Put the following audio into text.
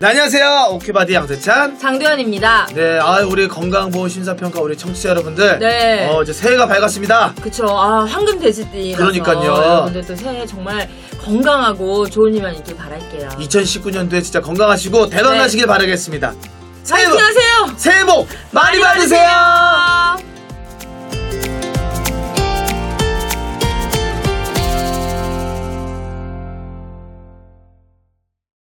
네, 안녕하세요. 오케바디 양세찬. 장도연입니다. 네, 아 우리 건강보험 심사평가 우리 청취자 여러분들. 네. 어, 이제 새해가 밝았습니다. 그쵸. 아, 황금 돼지띠. 그러니까요. 여러분들도 새해 정말 건강하고 좋은 일만 있길 바랄게요. 2019년도에 진짜 건강하시고 대단하시길 바라겠습니다. 새해 복, 네. 화이팅 하세요! 새해 복 많이, 받으세요. 받으세요.